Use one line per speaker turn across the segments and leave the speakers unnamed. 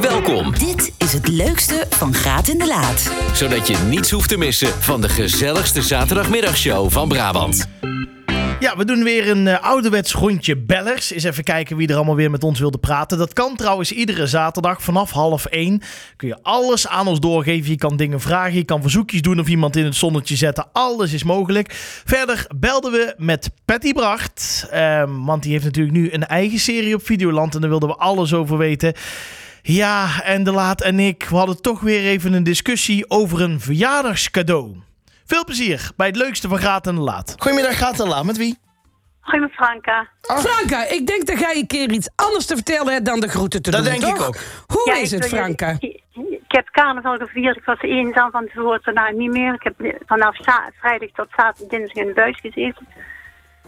Welkom,
Dit is het leukste van Graat in de Laat.
zodat je niets hoeft te missen van de gezelligste zaterdagmiddagshow van Brabant.
Ja, we doen weer een eh, ouderwets rondje bellers. Eens even kijken wie er allemaal weer met ons wilde praten. Dat kan trouwens iedere zaterdag vanaf half één. Kun je alles aan ons doorgeven. Je kan dingen vragen, je kan verzoekjes doen of iemand in het zonnetje zetten. Alles is mogelijk. Verder belden we met Patty Bracht. ehm, want die heeft natuurlijk nu een eigen serie op Videoland. En daar wilden we alles over weten. Ja, en De Laat en ik, we hadden toch weer even een discussie over een verjaardagscadeau. Veel plezier bij het leukste van Graat en De Laat. Goedemiddag, Graat en De Laat. Met wie?
Goeie met Franka.
Ah.
Franka, ik denk dat jij een keer iets anders te vertellen hebt dan de groeten te
Dat
doen.
denk ik
toch?
ook.
Hoe
Ja,
is
ik
het,
wil jullie-
Franka?
Ik, ik heb carnaval gevierd. Ik was eenzaam van het woord daarna niet meer. Ik heb vanaf za- vrijdag tot zaterdag dinsdag in de buis gezeten.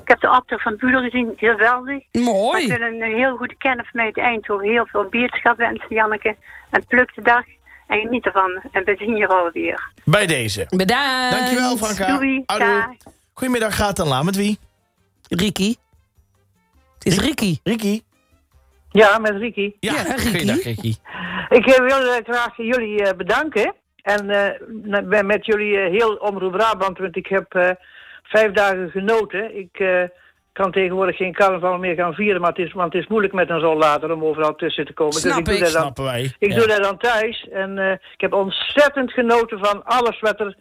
Ik heb de optocht van Buder gezien. Geweldig. Ik
Mooi.
wil een heel goede kennis van mij uit Eindhoven. Heel veel bierschap wensen, Janneke. En pluk de dag. En geniet ervan. En we zien je alweer.
Bij deze.
Bedankt.
Dankjewel, Franka.
Doei.
Houdoe.
Dag.
Goedemiddag, gaat en la. Met wie?
Ricky. Het is Ricky.
Ricky.
Ja, met Ricky.
Ja, Ricky.
Goeiedag, Ricky.
Ik eh, wil eh, graag jullie eh, bedanken. En eh, na- ben met jullie eh, heel omroep Brabant, want ik heb eh, vijf dagen genoten. Ik eh, kan tegenwoordig geen carnaval meer gaan vieren, maar het is, want het is moeilijk met een rollator om overal tussen te komen.
Snap
dus ik doe
ik.
dat dan,
Snappen wij.
ik
Ja.
doe dat dan thuis. En eh, ik heb ontzettend genoten van alles wat er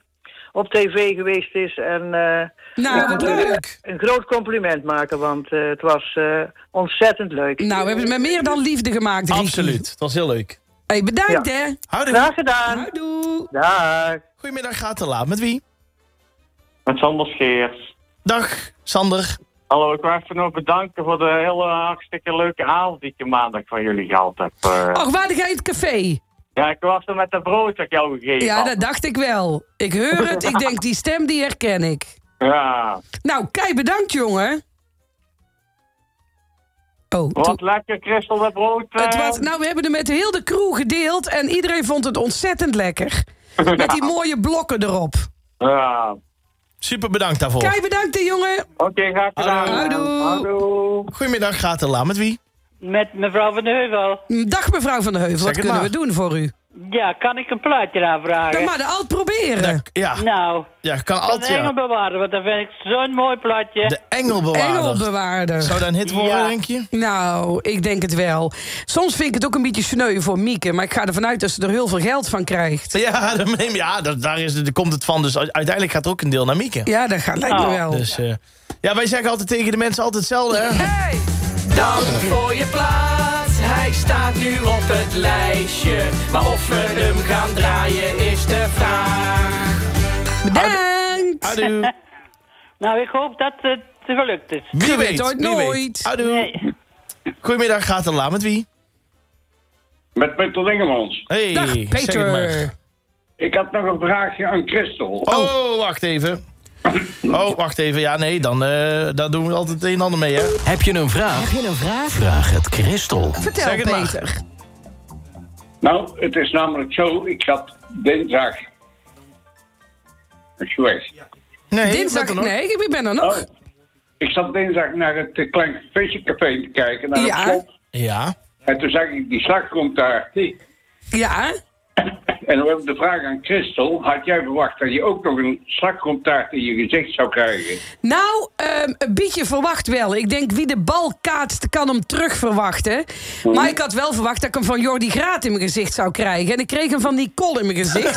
op tv geweest is. En eh,
Nou, wat leuk.
een groot compliment maken, want eh, het was eh, ontzettend leuk.
Nou, we hebben het met meer dan liefde gemaakt, Ricky.
Absoluut. Het was heel leuk.
Hey, bedankt, hè.
Graag
Houdoe.
nou-
gedaan.
Houdoe.
Dag.
Goedemiddag, gaat en la. Met wie?
Met Sander Scheers.
Dag, Sander.
Hallo, ik wil even nog bedanken voor de hele hartstikke leuke avond die ik maandag van jullie gehad heb. eh.
Och, waar ga je het café?
Ja, ik was er met dat brood dat ik jou gegeven
Ja,
had.
dat dacht ik wel. Ik hoor het. Ik denk, die stem, die herken ik.
Ja,
Nou, kei bedankt, jongen. Oh, toen-
wat lekker, Christel, dat brood.
Het
eh.
was, nou, we hebben er met heel de crew gedeeld en iedereen vond het ontzettend lekker. Met die mooie blokken erop.
Ja,
Super bedankt daarvoor.
Kijk, bedankt hè, jongen.
oké, graag gedaan.
Houdoe.
Houdoe.
Goedemiddag, gaat en la. Met wie?
Met mevrouw van de Heuvel.
Dag mevrouw Van der Heuvel, wat
het
kunnen we
maar.
doen voor u?
Ja, kan ik een plaatje
Dan
aanvragen?
maar de alt proberen.
Eh, Ja,
Nou,
ja kan
van
altijd. ja.
Engelbewaarder, want dat vind ik zo'n mooi plaatje.
De engelbewaarder.
Engelbewaarder.
Zou dat een hit worden,
Ja.
denk je?
Nou, ik denk het wel. Soms vind ik het ook een beetje sneu voor Mieke, maar ik ga ervan uit dat ze er heel veel geld van krijgt.
Ja, dat neem- ja dat- daar, is, daar komt het van. Dus u- uiteindelijk gaat er ook een deel naar Mieke.
Ja, dat gaat lijkt me
Oh.
wel. Eh.
Dus, eh, ja, wij zeggen altijd tegen de mensen altijd hetzelfde, hè?
Hey!
Dank voor je plaats, hij staat nu op het lijstje. Maar of we hem gaan draaien is de vraag.
Bedankt!
Houdoe.
Nou, ik hoop dat het gelukt is.
Wie
weet
weet,
ooit
wie weet.
nooit.
Houdoe.
Nee.
Goedemiddag, gaat en la. Met wie?
Met Peter Dingemans.
Hey,
Dag
zeg het maar.
Peter.
Ik had nog een vraagje aan Christel.
Oh, wacht even. Oh, wacht even. Ja, nee, dan eh, daar doen we altijd een en ander mee, hè?
Heb je een vraag?
Heb je een vraag?
Vraag het Christel.
Vertel
Zeg het maar.
Peter.
Nou, het is namelijk zo, ik had dinsdag... Is je weg?
Nee, wat
Dinsdag,
dan ook.
nee, ik ben er nog.
Oh. Ik zat dinsdag naar het eh, Klein Vissencafé te kijken, naar
Ja.
het slot.
Ja.
En toen zag ik die slagroom daar.
Ja,
En dan heb ik de vraag aan Christel. Had jij verwacht dat je ook nog een slagroomtaart in je gezicht zou krijgen?
nou, ehm, een beetje verwacht wel. Ik denk wie de bal kaatst, kan hem terug verwachten.
Mhm.
Maar ik had wel verwacht dat ik hem van Jordi Graat in mijn gezicht zou krijgen. En ik kreeg hem van Nicole in mijn gezicht.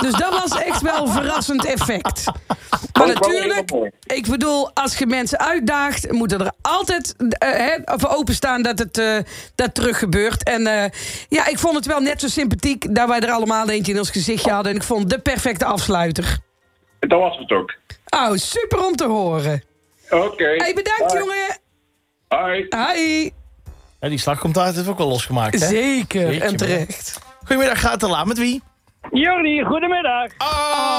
dus dat was echt wel een verrassend effect. Maar
Dat was
natuurlijk,
heel mooi.
ik bedoel, als je mensen uitdaagt, moeten er altijd eh, hè, voor openstaan dat het eh, dat terug gebeurt. En eh, ja, ik vond het wel net zo sympathiek dat wij er allemaal eentje in ons gezichtje hadden. En ik vond het de perfecte afsluiter.
En dat was het ook.
Oh, super om te horen.
Oké.
Hey, bedankt
Dag.
jongen.
Hoi.
Hi.
Ja, die slagcomptaart heeft ook wel losgemaakt, hè?
Zeker.
Jeetje,
en terecht.
Goedemiddag, gaat er laat met wie?
Jordi, goedemiddag.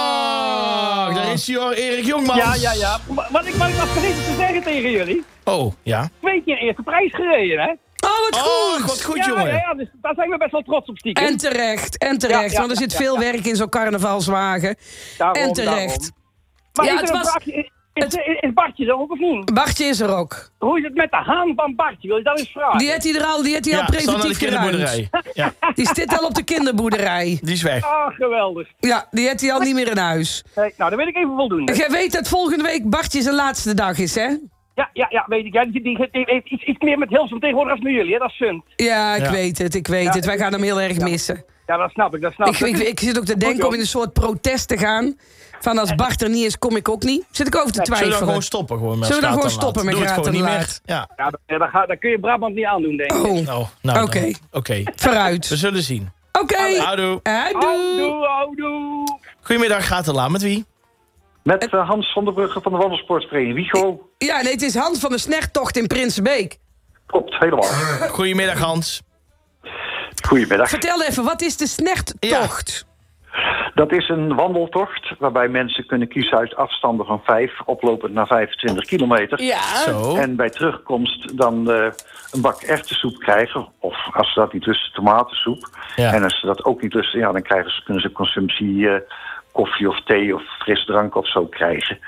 Oh, daar is hij hoor, Erik Jongmans.
Ja, ja, ja. Maar Wat ik, wat ik was vergeten te zeggen tegen jullie.
Oh, ja.
Twee keer eerste prijs gereden, hè?
Oh, wat
Oh,
goed.
wat goed,
ja,
jongen.
ja, ja, dus daar zijn we best wel trots op stiekem.
En terecht. En terecht.
Ja, ja,
want er zit
ja,
veel
ja.
werk in zo'n carnavalswagen.
Daarom,
en terecht.
daarom. Maar
Ja,
is,
het
er een
was-
vraagje, Is, is, is Bartje er ook of niet?
Bartje is er ook.
Hoe is het met de haan van Bartje? Wil je dat eens
Ah,
vragen?
Die heeft hij er al, die heeft hij al
Ja, staan aan de
preventief geruimd.
kinderboerderij. Ja,
Die zit al op de kinderboerderij.
die is weg.
Ah, geweldig.
Ja, die heeft hij al niet meer in huis.
Hey, nou, dan weet ik even voldoende.
Jij weet dat volgende week Bartje zijn laatste dag is, hè?
Ja, ja, ja, weet ik. Ja, die, die, die heeft iets, iets meer met Hilsum tegenwoordig als met jullie, hè? Dat is fun.
Ja, ik
Ja.
weet het, ik weet
Ja,
het. Wij gaan hem heel erg missen.
Ja, dat snap ik, dat snap
Ik, ik, ik zit ook te denken om in een soort protest te gaan. Van als Bart er niet is, kom ik ook niet. Zit ik over te
Zullen we dan
twijfelen.
gewoon stoppen? Gewoon met
Zullen we dan
straat
gewoon
en
stoppen met
laat? Doe het gewoon
straat
niet
en
meer. Ja.
Ja, dat, ja, dat, ga- dat kun je Brabant niet aandoen, denk ik.
Oh,
Nou, nou dan.
Oké.
Oké. We
vooruit.
zullen zien.
Oké,
Houdoe.
Houdoe.
Houdoe, houdoe.
Goedemiddag, gaat de laan met wie?
Met eh, Hans Sonderbrugge van de Wandelsportvereniging. Wiego,
Ja, nee, het is Hans van de Snertocht in Prinsenbeek.
klopt, helemaal.
Goedemiddag, Hans.
Goedemiddag.
Vertel even, wat is de Snertocht?
Dat is een wandeltocht waarbij mensen kunnen kiezen uit afstanden van 5, oplopend naar 25 kilometer.
Ja.
Zo.
En bij terugkomst dan eh, een bak erwtensoep krijgen. Of als ze dat niet lusten, tomatensoep.
Ja.
En als ze dat ook niet lusten, ja, dan krijgen ze, kunnen ze consumptie eh, koffie of thee of frisdrank of zo krijgen.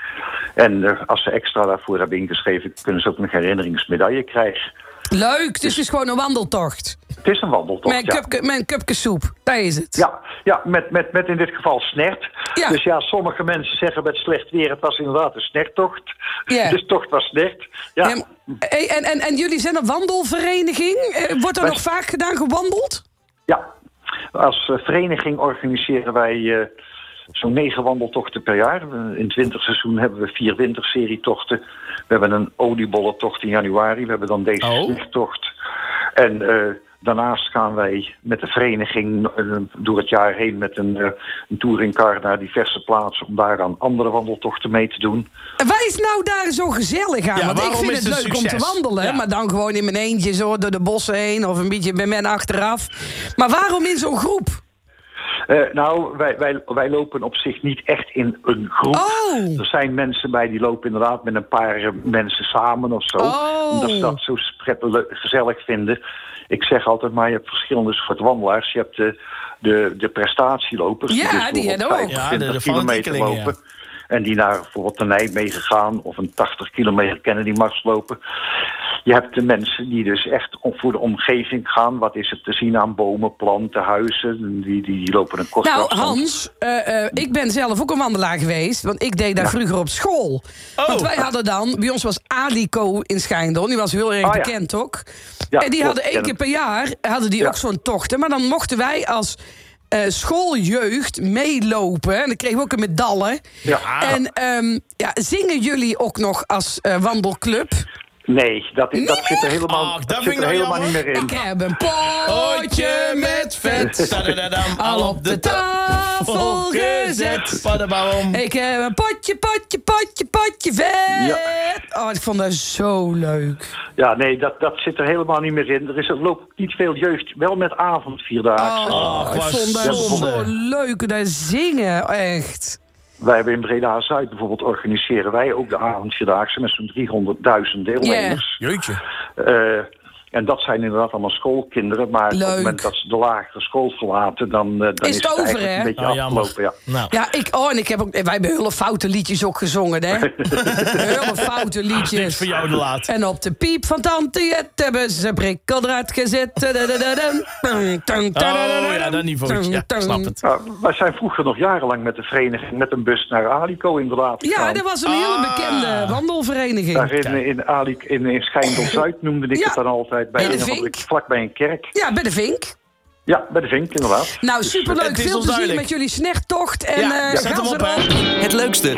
En eh, als ze extra daarvoor hebben ingeschreven, kunnen ze ook een herinneringsmedaille krijgen.
Leuk, dus het is gewoon een wandeltocht.
Het is een wandeltocht,
Mijn
ja.
cupke, mijn cupke soep, daar is het.
Ja, ja met, met, met in dit geval snert.
Ja.
Dus ja, sommige mensen zeggen met slecht weer... het was inderdaad een snerttocht.
Ja.
Dus tocht was snert. Ja,
Ja, maar- hey, en, en, en jullie zijn een wandelvereniging. Eh, Wordt er
Wij-
nog vaak gedaan gewandeld?
ja. Als eh, vereniging organiseren wij eh, zo'n negen wandeltochten per jaar. Eh, In het winterseizoen hebben we vier winterserietochten. We hebben een oliebollentocht in januari. We hebben dan deze
Oh.
snerttocht. En... eh, Daarnaast gaan wij met de vereniging eh, door het jaar heen met een, eh, een touringcar naar diverse plaatsen om daar aan andere wandeltochten mee te doen.
En Wat is nou daar zo gezellig aan?
Ja,
Want ik
waarom
vind
is
het
het
leuk om te
succes?
wandelen,
Ja.
maar dan gewoon in mijn eentje zo door de bossen heen of een beetje bij men achteraf. Maar waarom in zo'n groep?
Eh, nou, wij, wij, wij lopen op zich niet echt in een groep.
Oh.
Er zijn mensen bij die lopen inderdaad met een paar eh, mensen samen of zo.
Oh.
Omdat ze dat zo prettig gezellig vinden. Ik zeg altijd maar, je hebt verschillende soort wandelaars. Je hebt de, de, de prestatielopers. dus
Ja, die
bijvoorbeeld
hebben ook.
25
Ja, de- de
kilometer
fanatiekelingen, ja.
lopen. En die naar bijvoorbeeld de Nijmegen gaan of een 80 kilometer Kennedy Mars lopen. Je hebt de mensen die dus echt om- voor de omgeving gaan. Wat is er te zien aan bomen, planten, huizen? Die, die, die lopen een korte
Nou,
afstand.
Hans, eh, eh, ik ben zelf ook een wandelaar geweest. Want ik deed daar vroeger op school.
Oh.
Want wij hadden dan, bij ons was Alico in Schijndel. Die was heel erg
Ah, ja.
bekend ook.
Ja,
en die
klopt,
hadden één
ken
keer
ik.
per jaar hadden die
Ja.
ook zo'n tochten. Maar dan mochten wij als eh, schooljeugd meelopen. En dan kregen we ook een medaille.
Ja.
En ehm, ja, zingen jullie ook nog als eh, wandelclub?
Nee, dat, is, dat zit er helemaal,
Ach, dat
dat
vind
zit
ik
er
nou
helemaal niet
jammer.
meer in.
Ik heb een potje met vet.
Tadadadam,
Al op de tafel gezet.
Paddenbouwom.
Ik heb een potje, potje, potje, potje vet. Oh, ik vond dat zo leuk.
Ja, nee, dat, dat zit er helemaal niet meer in. Er is, er loopt niet veel jeugd, wel met
Ah,
avondvierdaagse.
Ach,
Oh, ik
wat
vond dat zo
zonde.
leuk, dat zingen, echt.
Wij hebben in Breda Zuid bijvoorbeeld organiseren wij ook de avondvierdaagse met zo'n 300.000 deelnemers.
Jeetje.
Eh, en dat zijn inderdaad allemaal schoolkinderen, maar op
Leuk.
het moment dat ze de lagere school verlaten, dan, eh, dan
Is
is,
het over,
eigenlijk
hè?
een beetje
Nou, jammer.
afgelopen. Ja.
Nou,
Ja, ik, oh, en ik heb ook, wij hebben hele foute liedjes ook gezongen, hè. hele foute
dit is
liedjes.
voor jou de laat.
En op de piep van tante Jet hebben ze prikkeldraad gezet. Tadadadadam. Tang, tang,
Oh ja,
tadadadam.
dat niveautje. Ja,
Tang,
snap
tang.
het.
Ja, Nou, wij zijn vroeger nog jarenlang met de vereniging met een bus naar Alico inderdaad
Ja,
gegaan.
dat was een hele bekende
Ah.
Daar
wandelvereniging.
in, in, Ali, in, in Schijndel-Zuid noemde ik
Ja.
het dan altijd. Bij
Bij de
een of andere-
Vink.
vlakbij een kerk.
Ja, bij de Vink.
Ja, bij de Vink inderdaad.
Nou,
Het
superleuk.
is
Veel
ons
plezier
duidelijk.
met jullie snertocht. En
Ja,
eh
zet
gaan
hem
ze
op, hè.
erop.
Het leukste,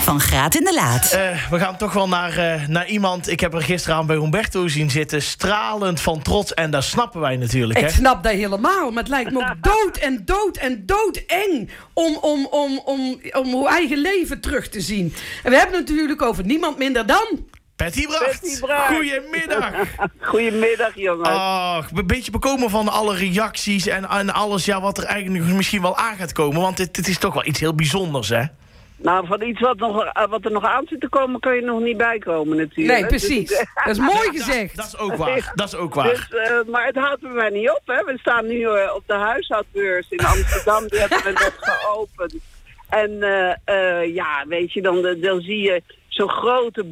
Van Graat in de Laat.
Eh, we gaan toch wel naar, eh, naar iemand. Ik heb er gisteravond bij Humberto zien zitten. Stralend van trots. En dat snappen wij natuurlijk.
Ik
Hè?
snap dat helemaal, maar het lijkt me ook dood en dood en doodeng om, om, om, om, om uw eigen leven terug te zien. En we hebben het natuurlijk over niemand minder dan...
Patty Bracht.
Patty Bracht.
Goedemiddag.
Goedemiddag, jongen.
Ach, een beetje bekomen van alle reacties en, en alles ja, wat er eigenlijk misschien wel aan gaat komen. Want dit, dit is toch wel iets heel bijzonders, hè?
Nou, van iets wat, nog, eh, wat er nog aan zit te komen, kun je nog niet bijkomen natuurlijk.
Nee, precies. Dat is mooi gezegd.
Dat is ook waar. Dat is ook
Dus,
waar.
eh, maar het houdt me maar niet op, hè. We staan nu eh, op de huishoudbeurs in Amsterdam. Die hebben we net geopend.
En eh, eh, ja, weet je, dan, eh, dan zie je zo'n grote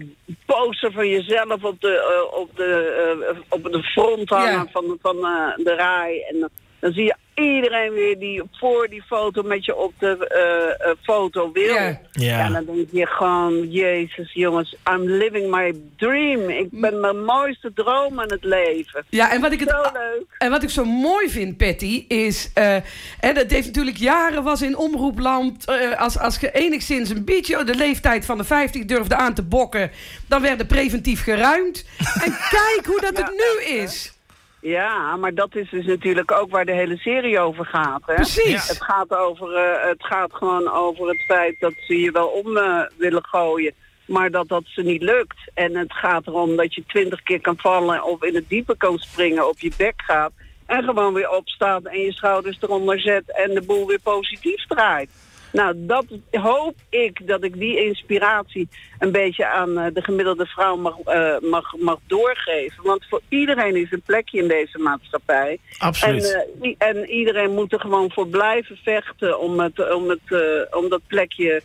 poster van jezelf op de, eh, op de, eh, op de front hangen
Ja.
van, van eh, de RAI. En dan, dan zie je iedereen weer die voor die foto met je op de eh, eh, foto wil. Ja.
Ja.
dan denk je gewoon, jezus jongens, I'm living my dream. Ik ben mijn mooiste droom aan het leven.
Ja, en wat ik, het,
Zo leuk.
en wat ik zo mooi vind, Patty, is... eh, hè, dat heeft natuurlijk jaren was in omroepland... eh, als, als je enigszins een beetje de leeftijd van de 50 durfde aan te bokken... dan werd er preventief geruimd. en kijk hoe dat het nu is.
Ja, maar dat is dus natuurlijk ook waar de hele serie over gaat. Hè?
Precies.
Het, gaat over, eh, het gaat gewoon over het feit dat ze je wel om eh, willen gooien. Maar dat dat ze niet lukt. En het gaat erom dat je twintig keer kan vallen of in het diepe kan springen, op je bek gaat. En gewoon weer opstaat en je schouders eronder zet en de boel weer positief draait. Nou, dat hoop ik dat ik die inspiratie een beetje aan eh, de gemiddelde vrouw mag, eh, mag, mag doorgeven. Want voor iedereen is een plekje in deze maatschappij.
Absoluut.
En, eh, i- en iedereen moet er gewoon voor blijven vechten om, het, om, het, eh, om dat plekje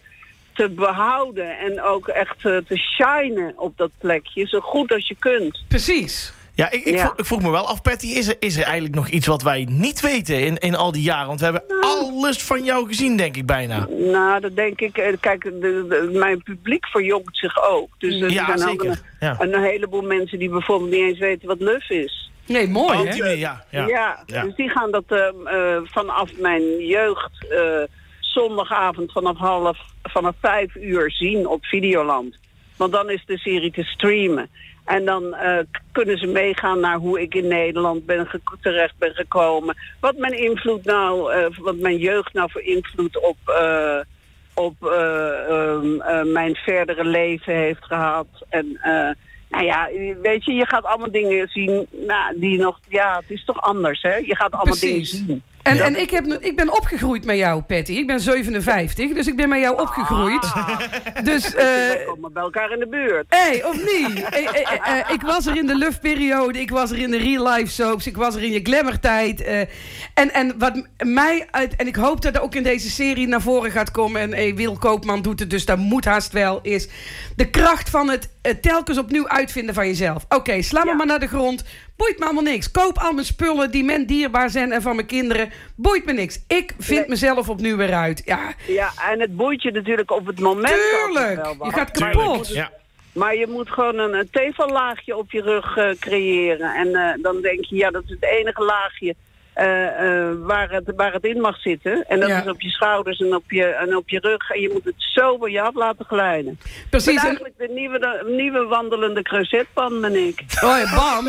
te behouden. En ook echt eh, te shinen op dat plekje, zo goed als je kunt.
Precies.
Ja, ik, ik,
Ja.
Vroeg, ik vroeg me wel af, Patty, is er, is er eigenlijk nog iets wat wij niet weten in, in al die jaren? Want we hebben alles van jou gezien, denk ik bijna.
Nou, dat denk ik. eh, Kijk, de, de- mijn publiek verjongt zich ook. Dus er
Ja,
zijn ook
zeker.
een,
Ja.
een heleboel mensen die bijvoorbeeld niet eens weten wat luf is.
Nee, mooi,
Oh,
hè?
die- ja, ja.
Ja, dus die gaan dat ehm, eh, vanaf mijn jeugd eh, zondagavond vanaf half vanaf vijf uur zien op Videoland. Want dan is de serie te streamen. En dan eh, k- kunnen ze meegaan naar hoe ik in Nederland ben ge- terecht ben gekomen. Wat mijn invloed nou, eh, wat mijn jeugd nou voor invloed op, eh, op eh, ehm, eh, mijn verdere leven heeft gehad. En eh, nou ja, weet je, je gaat allemaal dingen zien nou, die nog... Ja, het is toch anders, hè? Je gaat allemaal dingen
Precies.
zien.
En, en ik, heb, ik ben opgegroeid met jou, Patty. Ik ben 57, dus ik ben met jou opgegroeid. Dus... eh,
We komen bij elkaar in de buurt.
Hé, hey, of niet? Eh, eh, eh, eh, ik was er in de luftperiode, ik was er in de real-life soaps, ik was er in je glamourtijd. eh, en, en wat m- mij uit, en ik hoop dat dat ook in deze serie naar voren gaat komen. En eh, Wil Koopman doet het, dus dat moet haast wel. Is de kracht van het eh, telkens opnieuw uitvinden van jezelf. Oké, sla me maar naar de grond. Boeit me allemaal niks. Koop al mijn spullen die men dierbaar zijn en van mijn kinderen. Boeit me niks. Ik vind
Nee.
mezelf opnieuw weer uit. Ja,
Ja, en het boeit je natuurlijk op het moment. altijd
tuurlijk.
wel wat.
Je gaat
Maar
kapot.
moet- Maar je moet gewoon een, een tevellaagje op je rug eh, creëren. En eh, dan denk je, ja, dat is het enige laagje eh, eh, waar, het, waar het in mag zitten. En dat
Ja.
is op je schouders en op je, en op je rug. En je moet het zo van je af laten glijden.
Precies,
Ik ben
en-
eigenlijk de nieuwe, de nieuwe wandelende cruzetpan, ben ik.
Oh, ja, bam.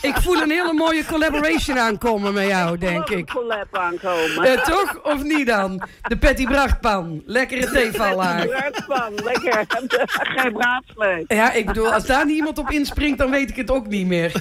Ik voel een hele mooie collaboration aankomen met jou, denk
Gewoon
ik.
een collab aankomen.
Eh, toch? Of niet dan? De Patty Brachtpan. Lekkere theevallaar.
Cruzetpan, lekker. Geen braadsleep.
Ja, ik bedoel, als daar niet iemand op inspringt, dan weet ik het ook niet meer.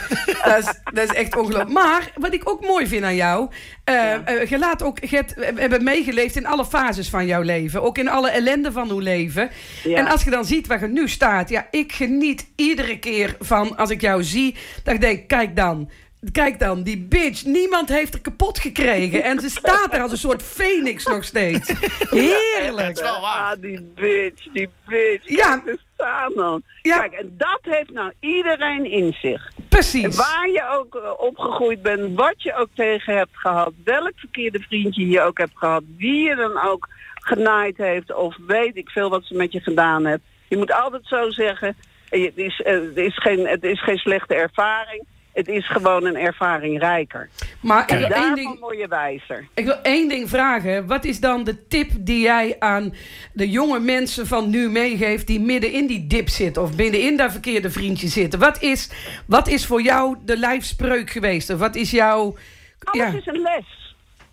Dat is, dat is echt ongelooflijk. Maar wat ik ook mooi vind aan jou, eh eh, je laat ook, je hebt- we hebben meegeleefd in alle fases van jouw leven. Ook in alle ellende van uw leven.
Ja.
En als je dan ziet waar je nu staat, ja, ik geniet iedere keer van als ik jou zie, dat ik denk, kijk dan. Kijk dan, die bitch. Niemand heeft er kapot gekregen. En ze staat er als een soort phoenix nog steeds. Heerlijk.
Ah, die bitch, die bitch.
Ja.
Ja. Kijk, staan dan.
Ja.
Kijk, en dat heeft nou iedereen in zich.
Precies.
Waar je ook eh, opgegroeid bent, wat je ook tegen hebt gehad, welk verkeerde vriendje je ook hebt gehad, wie je dan ook genaaid heeft of weet ik veel wat ze met je gedaan hebt. Je moet altijd zo zeggen, eh, het is, eh, het is, geen, het is geen slechte ervaring, het is gewoon een ervaring rijker.
Maar ik wil één
Daarvan
ding...
word je wijzer.
Ik wil één ding vragen. Wat is dan de tip die jij aan de jonge mensen van nu meegeeft die midden in die dip zitten of midden in dat verkeerde vriendje zitten? Wat is, wat is voor jou de lijfspreuk geweest? Of wat is jouw.
Alles is een les.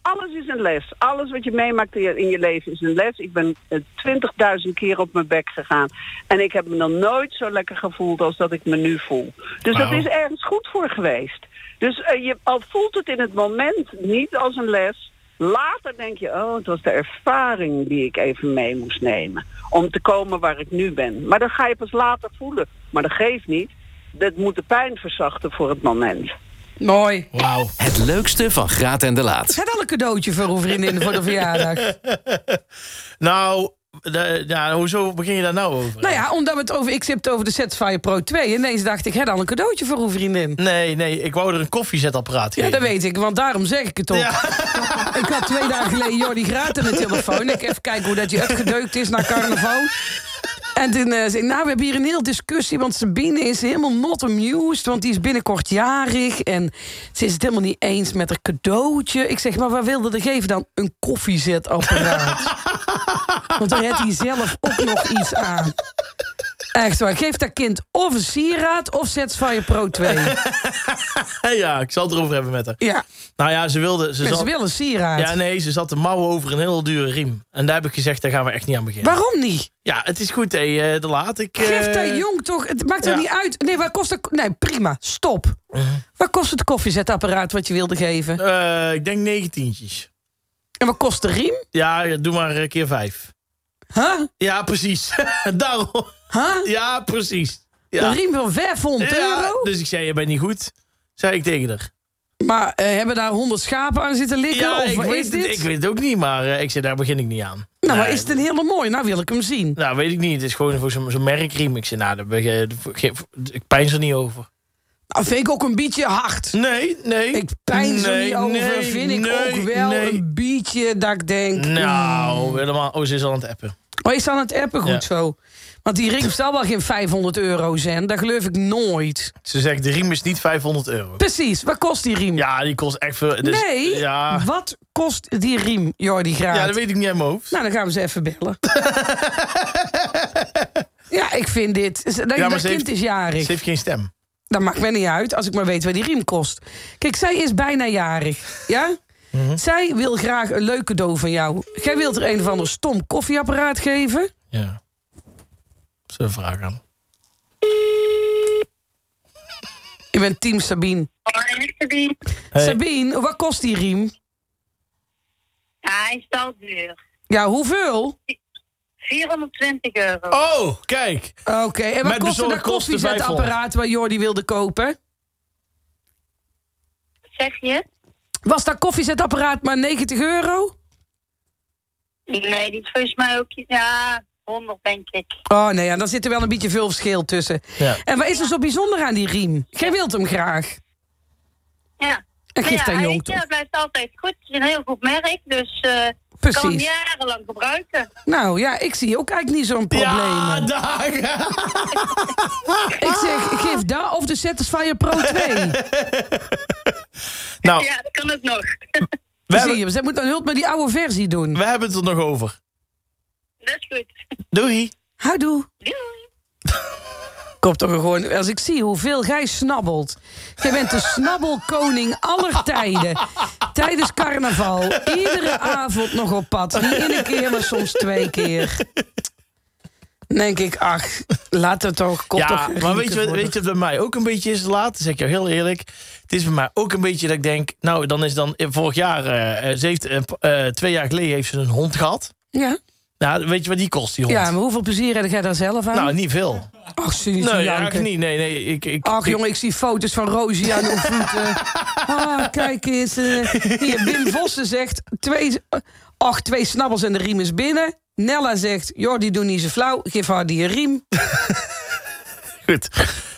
Alles is een les. Alles wat je meemaakt in je- in je leven is een les. Ik ben eh, 20.000 keer op mijn bek gegaan. En ik heb me nog nooit zo lekker gevoeld als dat ik me nu voel. Dus dat
Wauw.
is ergens goed voor geweest. Dus eh, je al voelt het in het moment niet als een les. Later denk je, oh, het was de ervaring die ik even mee moest nemen. Om te komen waar ik nu ben. Maar dat ga je pas later voelen. Maar dat geeft niet. Dat moet de pijn verzachten voor het moment.
Mooi.
Wauw.
Het leukste van Graat en de Laat.
Ga wel een cadeautje voor uw vriendin voor de verjaardag.
Nou, de- ja, hoezo begin je daar nou over?
Nou ja, omdat we het over, ik zit het over de Satisfyer Pro 2. Ineens dacht ik, hè, dan een cadeautje voor uw vriendin.
Nee, nee, ik wou er een koffiezetapparaat
Ja,
geven.
dat weet ik, want daarom zeg ik het ook. Ik had twee dagen geleden Jordi Graat aan de telefoon. Ik even kijken hoe dat je uitgedeukt is naar carnaval. En toen eh, zei ik, nou, we hebben hier een hele discussie, want Sabine is helemaal not amused, want die is binnenkort jarig en ze is het helemaal niet eens met haar cadeautje. Ik zeg, maar wat wilde er geven dan? Een koffiezetapparaat. want daar had hij zelf ook nog iets aan. Echt waar, geef dat kind of een sieraad of zet Fire Pro 2.
ja, ik zal het erover hebben met haar.
Ja.
Nou ja, ze wilde... Ze,
Maar ze
zat-
wil een sieraad.
Ja, nee, ze zat de mouwen over een heel dure riem. En daar heb ik gezegd, daar gaan we echt niet aan beginnen.
Waarom niet?
Ja, het is goed, hé, eh de laat. Ik,
Geef
eh,
dat jong toch. Het maakt er
ja.
niet uit. Nee, waar kost het? Nee, prima. Stop. Waar kost het koffiezetapparaat wat je wilde geven?
eh, ik denk negentientjes.
En wat kost de riem?
Ja, ja, doe maar een keer vijf.
Huh?
Ja, precies. Daarom.
Huh?
Ja, precies. Ja.
Een riem van 500
Ja,
euro?
Dus ik zei, je bent niet goed. Zei ik tegen haar.
Maar eh, hebben daar 100 schapen aan zitten liggen?
Ja,
of
ik
wat
weet, het,
is
ik
dit?
weet het ook niet, maar eh, ik zei, daar begin ik niet aan.
Nou, maar is het een hele mooie? Nou wil ik hem zien.
Nou, weet ik niet. Het is gewoon voor zo'n zo'n merkriem. Ik zei, nou, daar ben je- geef- ik pijn er niet over.
Nou, vind ik ook een beetje hard.
Nee, nee.
Ik pijn zo
Nee,
niet over.
nee,
vind ik
nee,
ook wel
nee.
een Mm. beetje dat ik denk...
Nou, helemaal. Oh, ze is al aan het appen.
Oh, is aan het appen goed
Ja.
zo? Want die riem zal wel geen 500 euro zijn. Dat geloof ik nooit.
Ze zegt, de riem is niet 500 euro.
Precies, wat kost die riem?
Ja, die kost echt veel. dus-
nee,
Ja.
wat kost die riem, Jordi Graat?
ja, dat weet ik niet uit mijn hoofd.
Nou, dan gaan we ze even bellen. ja, ik vind dit... Dat,
ja,
dat
ze
kind
heeft-
is jarig.
Ze heeft geen stem.
Dat maakt mij niet uit als ik maar weet waar die riem kost. Kijk, zij is bijna jarig. Ja?
Mhm.
Zij wil graag een leuk cadeau van jou. Jij wilt er een of ander stom koffieapparaat geven.
Ja. Ze vragen aan.
Je bent team Sabine.
Hoi, Sabine.
Sabine, wat kost die riem?
Ja, hij is al duur.
Ja, hoeveel?
420 euro.
Oh, kijk.
Oké, en wat
Met
kostte dat
bezorgd kostte
koffiezetapparaat waar Jordi wilde kopen?
Zeg je? het?
Was dat koffiezetapparaat maar 90 euro?
Nee, die is volgens mij ook... Ja, 100 denk ik.
Oh nee, ja, dan zit er wel een beetje veel verschil tussen.
Ja.
En wat is er zo bijzonder aan die riem? Jij wilt hem graag.
Ja.
En
Nou
geeft
Nou ja,
dat
weet
jong
je,
eh,
toch?
het blijft altijd goed. Het is een heel goed merk, dus... eh
Precies.
kan hem jarenlang gebruiken.
Nou ja, ik zie ook eigenlijk niet zo'n probleem.
Ja, Ah! dagen.
Ik zeg, geef daar of de Satisfyer Pro 2. Oh.
Nou,
Ja, dat kan ook nog.
we
Zie
hebben,
je, ze moet dan hulp met die oude versie doen.
we hebben het er nog over.
dat is goed.
Doei.
Houdoe.
Doei.
Komt toch gewoon, als ik zie hoeveel jij snabbelt. Jij bent de snabbelkoning aller tijden. Tijdens carnaval, iedere avond nog op pad. Niet in een keer, maar soms twee keer. Dan denk ik, ach, laat het toch. Komt
ja,
toch een
maar weet
rieke
je, wat-
voor
weet je wat bij mij ook een beetje is laat? Dat zeg ik jou heel eerlijk. Het is bij mij ook een beetje dat ik denk... Nou, dan is dan... eh, Vorig jaar... eh, eh, ze heeft, eh, p- eh, twee jaar geleden heeft ze een hond gehad.
Ja.
Nou, weet je wat die kost, die hond?
ja, maar hoeveel plezier heb jij daar zelf aan?
Nou, niet veel.
Ach, zie je
Nee,
nee,
eigenlijk niet. Nee, nee. Ik, ik,
Ach
ik-
jongen, ik zie foto's van Rosie aan haar voeten. Ah, kijk eens. eh, hier, Wim Vossen zegt... Twee, ach, twee snabbels en de riem is binnen. Nella zegt, Jordi, doe niet zo flauw. Geef haar die riem.
Goed.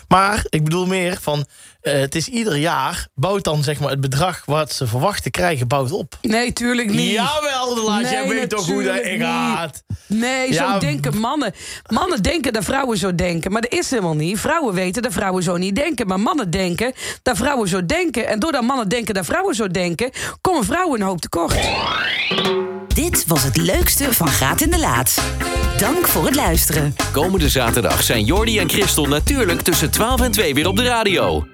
Maar ik bedoel meer van... eh, het is ieder jaar... Bouwt dan zeg maar het bedrag wat ze verwachten krijgen, bouwt op.
Nee, tuurlijk niet.
Jawel, de laatste. Jij
Nee,
weet toch hoe dat
natuurlijk
ik
niet.
haat.
Nee,
Ja,
zo denken mannen. Mannen denken dat vrouwen zo denken, maar dat is helemaal niet. Vrouwen weten dat vrouwen zo niet denken, maar mannen denken dat vrouwen zo denken. En doordat mannen denken dat vrouwen zo denken, komen vrouwen een hoop tekort.
Dit was het leukste van Graat in de Laat. Dank voor het luisteren.
Komende zaterdag zijn Jordi en Christel natuurlijk tussen 12 en 2 weer op de radio.